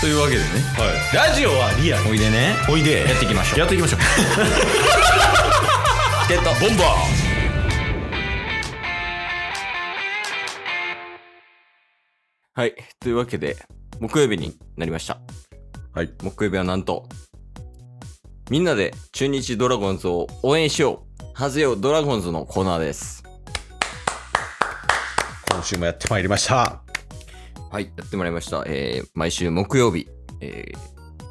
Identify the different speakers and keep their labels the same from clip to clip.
Speaker 1: というわけでね
Speaker 2: ラジオはリアル
Speaker 1: おいでね
Speaker 2: おいで
Speaker 1: やっていきましょう
Speaker 2: やっていきましょう
Speaker 1: チケットボンバーはいというわけで木曜日になりました
Speaker 2: はい
Speaker 1: 木曜日はなんとみんなで中日ドラゴンズを応援しようはぜよドラゴンズのコーナーです
Speaker 2: 今週もやってまいりました
Speaker 1: はい、やってもらいました。えー毎週木曜日、えー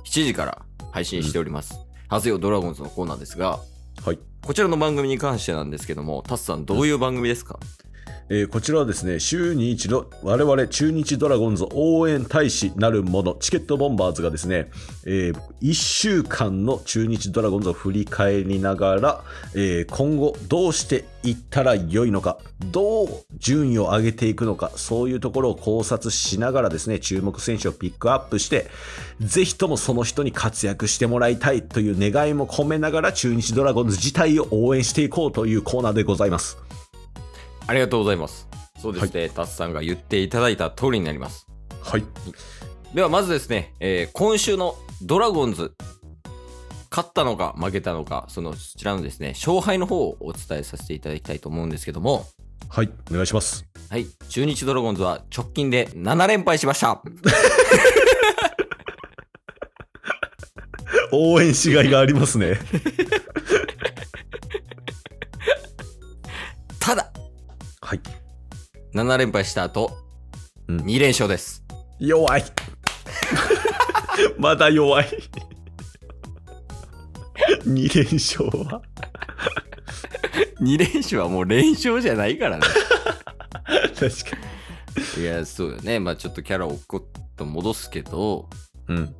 Speaker 1: 7時から配信しております。ハゼよドラゴンズのコーナーですが、
Speaker 2: はい、
Speaker 1: こちらの番組に関してなんですけども、タスさん、どういう番組ですか、
Speaker 2: えーこちらはですね週に一度我々中日ドラゴンズ応援大使なるものチケットボンバーズがですね、え1週間の中日ドラゴンズを振り返りながら、えー今後どうしていったら良いのかどう順位を上げていくのかそういうところを考察しながらですね注目選手をピックアップしてぜひともその人に活躍してもらいたいという願いも込めながら中日ドラゴンズ自体を応援していこうというコーナーでございます。
Speaker 1: ありがとうございます。そうですね、タスさんが言っていただいた通りになります。
Speaker 2: はい
Speaker 1: では、まずですね、えー今週のドラゴンズ、勝ったのか負けたのか、そのそちらのですね、勝敗の方をお伝えさせていただきたいと思うんですけども、
Speaker 2: はい、お願いします。
Speaker 1: はい、中日ドラゴンズは直近で7連敗しました。
Speaker 2: 応援しがいがありますね。
Speaker 1: ただ、
Speaker 2: はい。
Speaker 1: 7連敗した後、
Speaker 2: うん
Speaker 1: 2連勝です。
Speaker 2: 弱い。まだ弱い。2連勝は
Speaker 1: 2連勝はもう連勝じゃないからね。
Speaker 2: 確か
Speaker 1: いや、そうだね。まあちょっとキャラをこっと戻すけど、
Speaker 2: に。うん。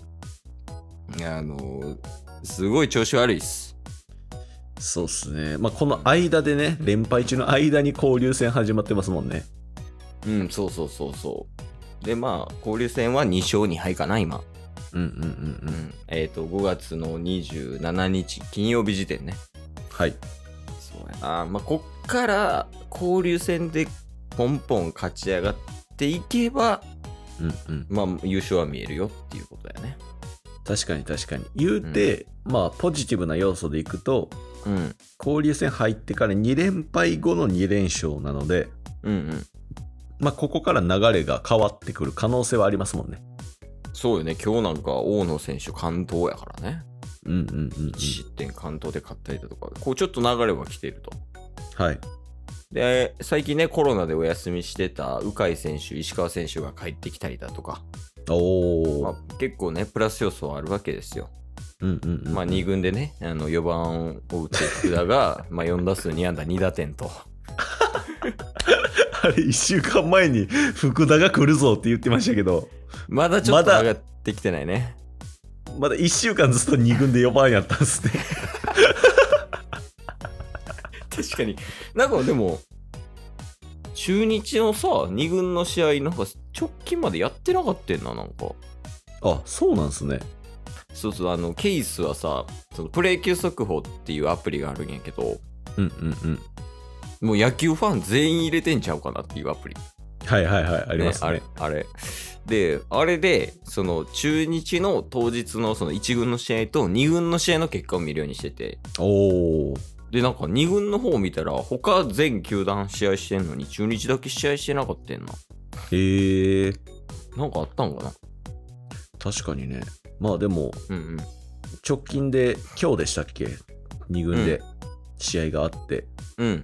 Speaker 1: いやあのーすごい調子悪いっす。
Speaker 2: そうっすね。まあ、この間でね、連敗中の間に交流戦始まってますもんね。
Speaker 1: うん、そうそうそうそう。で、まあ交流戦は2勝2敗かな、今。
Speaker 2: うんうん
Speaker 1: う。ん。えっ、と、5月の27日、金曜日時点ね。
Speaker 2: はい。
Speaker 1: そうやな。まあこっから交流戦でポンポン勝ち上がっていけば、
Speaker 2: うんうん。
Speaker 1: まあ優勝は見えるよっていうことだよね。
Speaker 2: 確かに確かに。言うて、まあ、ポジティブな要素でいくと、
Speaker 1: うん。
Speaker 2: 交流戦入ってから2連敗後の2連勝なので、
Speaker 1: うんうん。
Speaker 2: まあ、ここから流れが変わってくる可能性はありますもんね。
Speaker 1: そうよね、今日なんか大野選手、関東やからね。
Speaker 2: うんうんうん、うん
Speaker 1: 1。失点関東で勝ったりだとか、こうちょっと流れは来てると。
Speaker 2: はい。
Speaker 1: で、最近ね、コロナでお休みしてた鵜飼選手、石川選手が帰ってきたりだとか、
Speaker 2: おお、
Speaker 1: まあ、結構ね、プラス要素はあるわけですよ。
Speaker 2: うんうんうん。
Speaker 1: まあ、2軍でね、あの4番を打って福田が、 まあ4打数2安打2打点と。
Speaker 2: あれ、1週間前に福田が来るぞって言ってましたけど、
Speaker 1: まだちょっと
Speaker 2: まだ
Speaker 1: 上がってきてないね。
Speaker 2: まだ1週間ずっと2軍で4番やったんですね。
Speaker 1: 確かに。なんかでも、中日のさ、2軍の試合、なんか直近までやってなかったんな、なんか。
Speaker 2: あ、そうなんですね。
Speaker 1: そうそう、あの、ケースはさ、そのプレイ球速報っていうアプリがあるんやけど、
Speaker 2: うんうんうん。
Speaker 1: もう野球ファン全員入れてんちゃうかなっていうアプリ。
Speaker 2: はいはいはい、ありますね。
Speaker 1: ねあれ、あれ。で、あれで、その、中日の当日のその1軍の試合と2軍の試合の結果を見るようにしてて、
Speaker 2: おお、
Speaker 1: で、なんか2軍の方を見たら、他全球団試合してんのに、中日だけ試合してなかったんな。
Speaker 2: へえ、
Speaker 1: なんかあったんかな
Speaker 2: 確かにね。まあでも、
Speaker 1: うんうん。
Speaker 2: 直近で、今日でしたっけ ?2 軍
Speaker 1: う
Speaker 2: で試合があって、
Speaker 1: うん。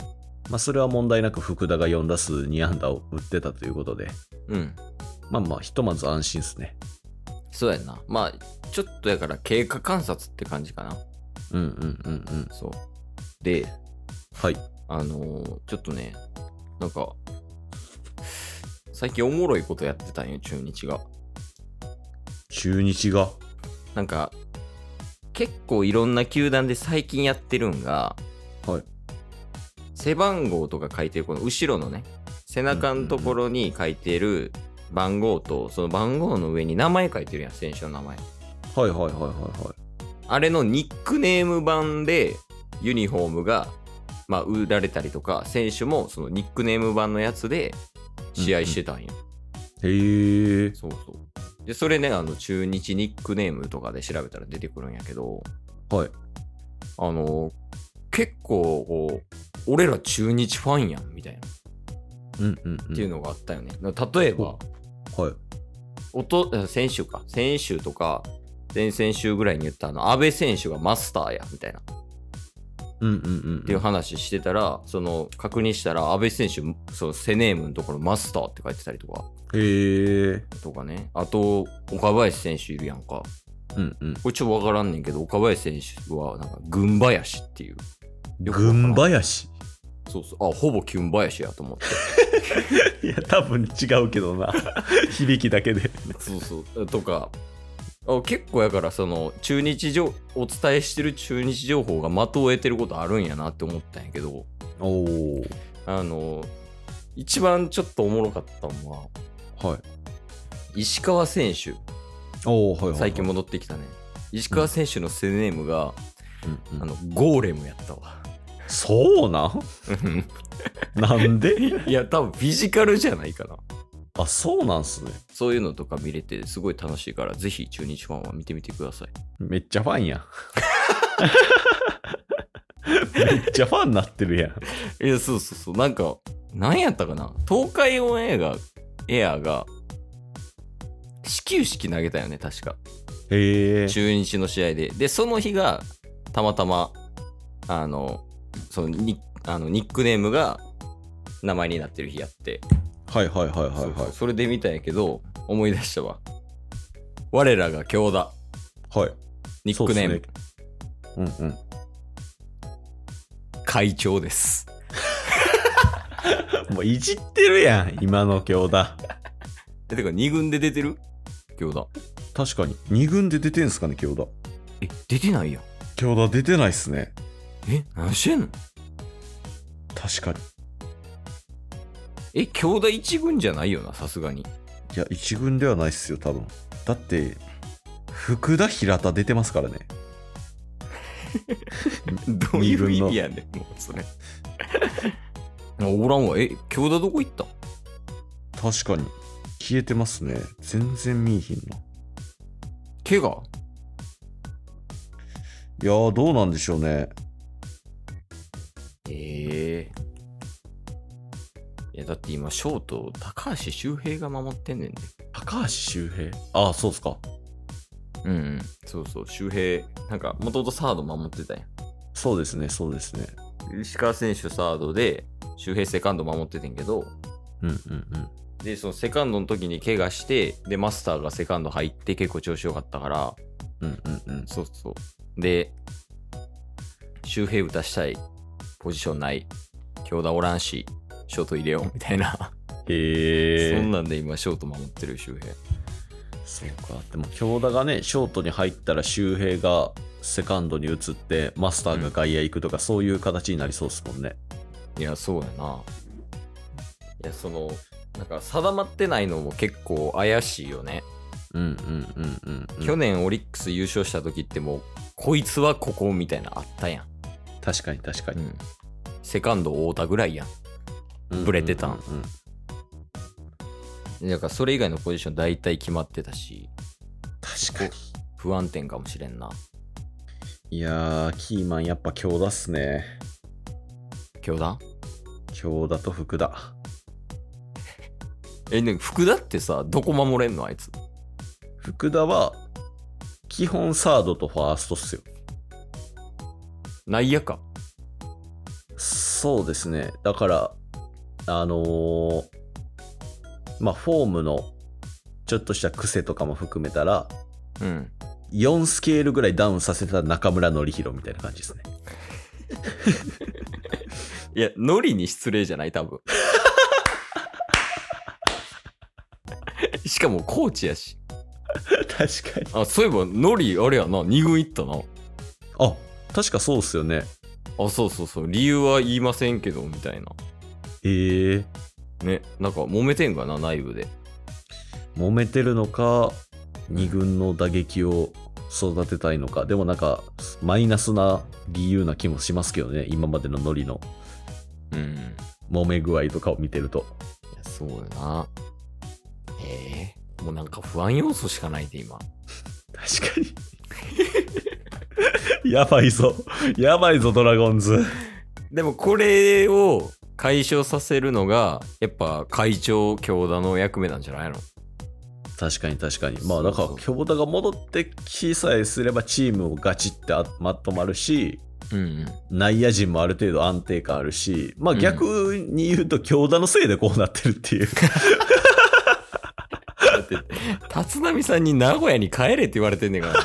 Speaker 2: まあそれは問題なく福田が4打数2安打を打ってたということで、
Speaker 1: うん。
Speaker 2: まあまあ、ひとまず安心ですね。
Speaker 1: そうやんな。まあ、ちょっとやから経過観察って感じかな。
Speaker 2: うんうんうんうん。
Speaker 1: そう。で、
Speaker 2: はい。
Speaker 1: あのーちょっとね、なんか、最近おもろいことやってたんよ、中日が。
Speaker 2: 中日が。
Speaker 1: なんか、結構いろんな球団で最近やってるんが、
Speaker 2: はい。
Speaker 1: 背番号とか書いてる、この後ろのね、背中のところに書いてる番号と、その番号の上に名前書いてるやん、選手の名前。
Speaker 2: はいはいはいはいはい。
Speaker 1: あれのニックネーム版でユニフォームが、まあ、売られたりとか選手もそのニックネーム版のやつで試合してたんよ、
Speaker 2: へえ。
Speaker 1: そうそうで、それね、あの、中日ニックネームとかで調べたら出てくるんやけど、
Speaker 2: はい。
Speaker 1: あの、結構、こう、俺ら中日ファンやん、みたいな、
Speaker 2: うんうん、うん。
Speaker 1: っていう
Speaker 2: の。
Speaker 1: のがあったよね。例えば、
Speaker 2: はい。
Speaker 1: おと先週か、先週とか、先々週ぐらいに言ったあの、安倍選手がマスターや、みたいな、っ
Speaker 2: うんうんうん。って
Speaker 1: いう話してたら、その、確認したら、安倍選手、その、セネームのところ、マスターって書いてたりとか、
Speaker 2: へえ。
Speaker 1: とかね。あと、岡林選手いるやんか。
Speaker 2: うんうん。
Speaker 1: これちょっとわからんねんけど、岡林選手は、なんか、軍林っていう。よくわからん
Speaker 2: 群林
Speaker 1: そうそう。あ、ほぼキュン林やと思って。
Speaker 2: いや、多分違うけどな。 響きだけで。
Speaker 1: そうそう。とか、あ結構やから、その、中日情、お伝えしてる中日情報が的を得てることあるんやなって思ったんやけど、
Speaker 2: おお。
Speaker 1: あの、一番ちょっとおもろかったのは、
Speaker 2: はい。
Speaker 1: 石川選手。
Speaker 2: おお、はい、はい。
Speaker 1: 最近。戻ってきたね。石川選手のセネームが、
Speaker 2: うんうん、
Speaker 1: あの、ゴーレムやったわ。
Speaker 2: そうなんなんで
Speaker 1: いや、多分フィジカルじゃないかな。
Speaker 2: あ、そうなんすね。
Speaker 1: そういうのとか見れて、すごい楽しいから、ぜひ中日ファンは見てみてください。
Speaker 2: めっちゃファンやん。めっちゃファンなってるやん。
Speaker 1: いや、そうそうそう。なんか、なんやったかな東海オンエアが、エアが、始球式投げたよね、確か。
Speaker 2: へえ。
Speaker 1: 中日の試合で。で、その日が、たまたま、あの、そのニあのニックネームが名前になってる日やって、
Speaker 2: はいはいはいはいはい。
Speaker 1: そうそうそれで見たんやけど、思い出したわ。我らが京田、
Speaker 2: はい。
Speaker 1: ニックネーム、
Speaker 2: そうっすね。うんうん。
Speaker 1: 会長です。
Speaker 2: もういじってるやん、今の京田。
Speaker 1: え、てか2軍で出てる京田。
Speaker 2: 確かに。2軍で出てんすかね、京田。
Speaker 1: え、出てないやん。
Speaker 2: 京田出てないっすね。
Speaker 1: え、何してんの
Speaker 2: 確かに。
Speaker 1: え、京田一軍じゃないよな、さすがに。
Speaker 2: いや、1軍ではないっすよ、多分。だって、福田、平田出てますからね。
Speaker 1: どういう意味やねん、もうそれ。あ おらんわ。え、京田どこ行った
Speaker 2: 確かに。消えてますね。全然見えひんな。
Speaker 1: 怪我
Speaker 2: いやー、どうなんでしょうね。
Speaker 1: ええいや、だって今、ショート、高橋周平が守ってんねんで。
Speaker 2: 高橋周平。ああ、そうっすか。
Speaker 1: うん、うん。そうそう、周平、なんか、もともとサード守ってたやん。
Speaker 2: そうですね、そうですね。
Speaker 1: 石川選手サードで、周平セカンド守っててんけど、
Speaker 2: うんうんうん。
Speaker 1: で、そのセカンドの時に怪我して、で、マスターがセカンド入って結構調子良かったから、
Speaker 2: うんうんうん。
Speaker 1: そうそう。で、周平打たしたい、ポジションない、強打おらんし、ショート入れようみたいな、
Speaker 2: へえ。
Speaker 1: そんなんで今、ショート守ってる周平。
Speaker 2: そうか。でも、京田がね、ショートに入ったら周平がセカンドに移って、マスターが外野行くとか、そういう形になりそうっすもんね。
Speaker 1: いや、そうやな。いや、その、なんか定まってないのも結構怪しいよね。
Speaker 2: うんうんうんうん、うん。
Speaker 1: 去年オリックス優勝した時ってもう、こいつはここみたいなあったやん。
Speaker 2: 確かに確かに。
Speaker 1: ん、セカンド太田ぐらいやん。ブレてた
Speaker 2: うん
Speaker 1: んだからそれ以外のポジション大体決まってたし、
Speaker 2: 確かに。
Speaker 1: 不安定かもしれんな。
Speaker 2: いやー、キーマンやっぱ京田っすね。
Speaker 1: 強打
Speaker 2: 京田と福田。
Speaker 1: え、ね、福田ってさ、どこ守れんのあいつ。
Speaker 2: 福田は、基本サードとファーストっすよ。
Speaker 1: 内野か。
Speaker 2: そうですね。だから、あのーまあ、フォームのちょっとした癖とかも含めたら、
Speaker 1: うん。
Speaker 2: 4スケールぐらいダウンさせた中村紀弘みたいな感じですね。
Speaker 1: いや、ノリに失礼じゃない多分。 しかもコーチやし。
Speaker 2: 確かに。
Speaker 1: あ、そういえばノリ、あれやな、2軍行ったな。
Speaker 2: あ、確かそうっすよね。
Speaker 1: あ、そうそうそう、理由は言いませんけど、みたいな。
Speaker 2: ええー、
Speaker 1: ね、なんか揉めてんかな、内部で。
Speaker 2: 揉めてるのか、2軍の打撃を育てたいのか、でもなんか、マイナスな理由な気もしますけどね、今までのノリの
Speaker 1: うん。い
Speaker 2: 揉め具合とかを見てると。
Speaker 1: や、そうやな。へえもうなんか不安要素しかないで、今。
Speaker 2: 確かに。やばいぞ。やばいぞ、ドラゴンズ。
Speaker 1: でもこれを解消させるのが、やっぱ会長、京田の役目なんじゃないの
Speaker 2: 確かに確かに。まあ、だから
Speaker 1: そう、そ
Speaker 2: 京太が戻ってきさえすれば、チームをガチってあまとまるし、
Speaker 1: うんうん。
Speaker 2: 内野陣もある程度安定感あるし、まあ
Speaker 1: うん
Speaker 2: 逆に言うと、京田のせいでこうなってるっていう。
Speaker 1: だって、立浪さんに名古屋に帰れって言われてんねんから。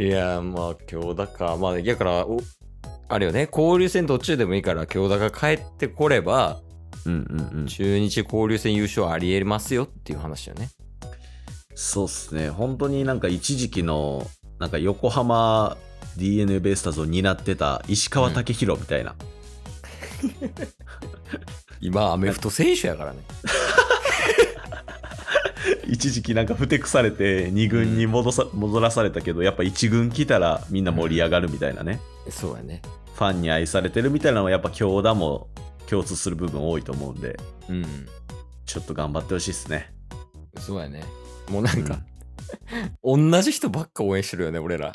Speaker 1: いやー、まあ、京田か。まあ、だから、おあれよね、交流戦途中でもいいから、京田が帰ってこれば、
Speaker 2: うんうんうん。
Speaker 1: 中日交流戦優勝ありえますよっていう話よね。
Speaker 2: そうっすね。本当になんか一時期の、なんか横浜 DNA ベイスターズを担ってた石川武宏みたいな。
Speaker 1: 今、アメフト選手やからね。
Speaker 2: 一時期なんかふてくされて2軍に戻さ戻らされたけどやっぱ1軍来たらみんな盛り上がるみたいなね、
Speaker 1: そうやね。
Speaker 2: ファンに愛されてるみたいなのはやっぱ強打も共通する部分多いと思うんで
Speaker 1: うん。
Speaker 2: ちょっと頑張ってほしいですね
Speaker 1: そうやね。もうなんか、同じ人ばっか応援してるよね、俺ら。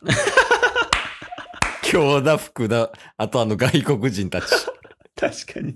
Speaker 1: 京田、福田、あとあの外国人たち。
Speaker 2: 確かに